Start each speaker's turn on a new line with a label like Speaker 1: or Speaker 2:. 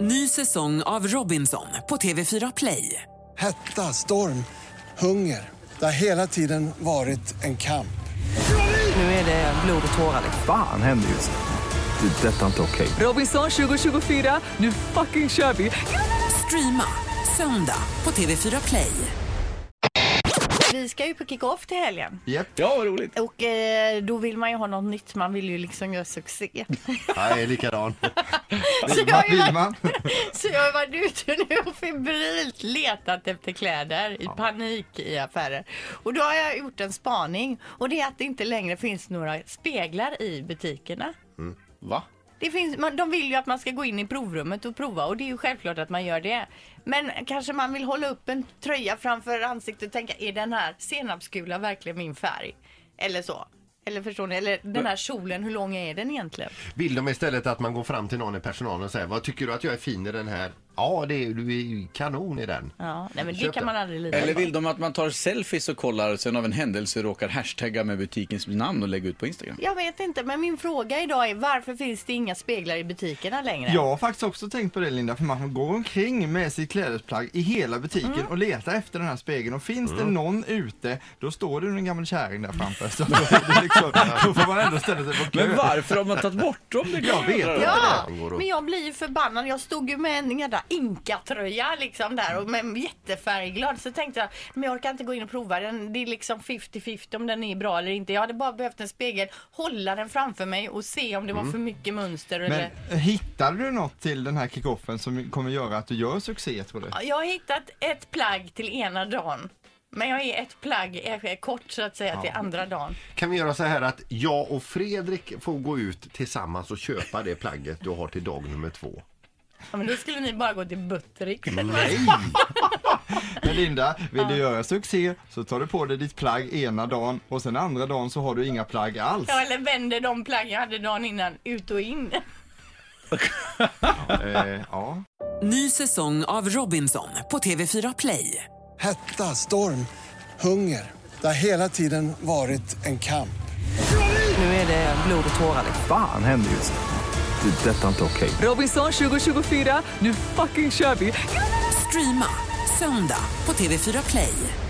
Speaker 1: Ny säsong av Robinson på TV4 Play.
Speaker 2: Hetta, storm, hunger. Det har hela tiden varit en kamp.
Speaker 1: Nu är det blod och tårar.
Speaker 3: Fan händer just nu. Det. är Detta är inte okej.
Speaker 1: Robinson 2024, nu fucking kör vi! Streama söndag på TV4 Play.
Speaker 4: Vi ska ju på kick-off till helgen
Speaker 5: Ja, vad roligt.
Speaker 4: och eh, då vill man ju ha något nytt. Man vill ju liksom göra succé.
Speaker 5: Jag är likadan.
Speaker 4: Så jag har ju varit, så jag har varit ute nu och febrilt letat efter kläder i panik i affärer. Och då har jag gjort en spaning och det är att det inte längre finns några speglar i butikerna.
Speaker 5: Mm. Va?
Speaker 4: Det finns, man, de vill ju att man ska gå in i provrummet och prova och det är ju självklart att man gör det. Men kanske man vill hålla upp en tröja framför ansiktet och tänka, är den här senapsgula verkligen min färg? Eller så. Eller förstår ni? Eller den här kjolen, hur lång är den egentligen?
Speaker 5: Vill de istället att man går fram till någon i personalen och säger Vad tycker du att jag är fin i den här? Ja, det är, du är ju kanon i den.
Speaker 4: Ja, nej men det
Speaker 5: Köp
Speaker 4: kan
Speaker 5: den.
Speaker 4: man aldrig lita
Speaker 6: Eller
Speaker 4: på.
Speaker 6: vill de att man tar selfies och kollar och sen av en händelse råkar hashtagga med butikens namn och lägga ut på Instagram?
Speaker 4: Jag vet inte, men min fråga idag är varför finns det inga speglar i butikerna längre?
Speaker 7: Jag har faktiskt också tänkt på det Linda, för man går omkring med sitt klädesplagg i hela butiken och letar efter den här spegeln och finns det någon ute, då står det en gammal kärring där framför. Så då, är det liksom, då får man ändå ställa sig på
Speaker 6: Men
Speaker 7: kö.
Speaker 6: varför har man tagit bort dem? Det
Speaker 7: Jag vet inte.
Speaker 4: Ja,
Speaker 5: de går och-
Speaker 4: men jag blir ju förbannad. Jag stod ju med en jädra inkatröja liksom där och med jättefärgglad. Så tänkte jag, men jag orkar inte gå in och prova den. Det är liksom 50-50 om den är bra eller inte. Jag hade bara behövt en spegel, hålla den framför mig och se om det
Speaker 5: Mm.
Speaker 4: var för mycket mönster eller...
Speaker 7: Men eh, hittade du något till den här kickoffen som kommer göra att du gör succé tror du?
Speaker 4: Ja, Jag har hittat ett plagg till ena dagen. Men jag är ett plagg eh, kort så att säga till andra dagen.
Speaker 5: Kan vi göra så här att jag och Fredrik får gå ut tillsammans och köpa det plagget du har till dag nummer två?
Speaker 4: Ja, men då skulle ni bara gå till Buttericks.
Speaker 5: Nej!
Speaker 7: Men Linda, vill du göra succé så tar du på dig ditt plagg ena dagen och sen andra dagen så har du inga plagg alls.
Speaker 4: Ja, eller vänder de plagg jag hade dagen innan ut och in.
Speaker 7: Eh, ja.
Speaker 1: Ny säsong av Robinson på TV4 Play.
Speaker 2: Hetta, storm, hunger. Det har hela tiden varit en kamp.
Speaker 1: Nu är det blod och tårar.
Speaker 3: Fan händer just nu. Det. är Detta är inte okej.
Speaker 1: Robinson 2024, nu fucking kör vi! Streama söndag på TV4 Play.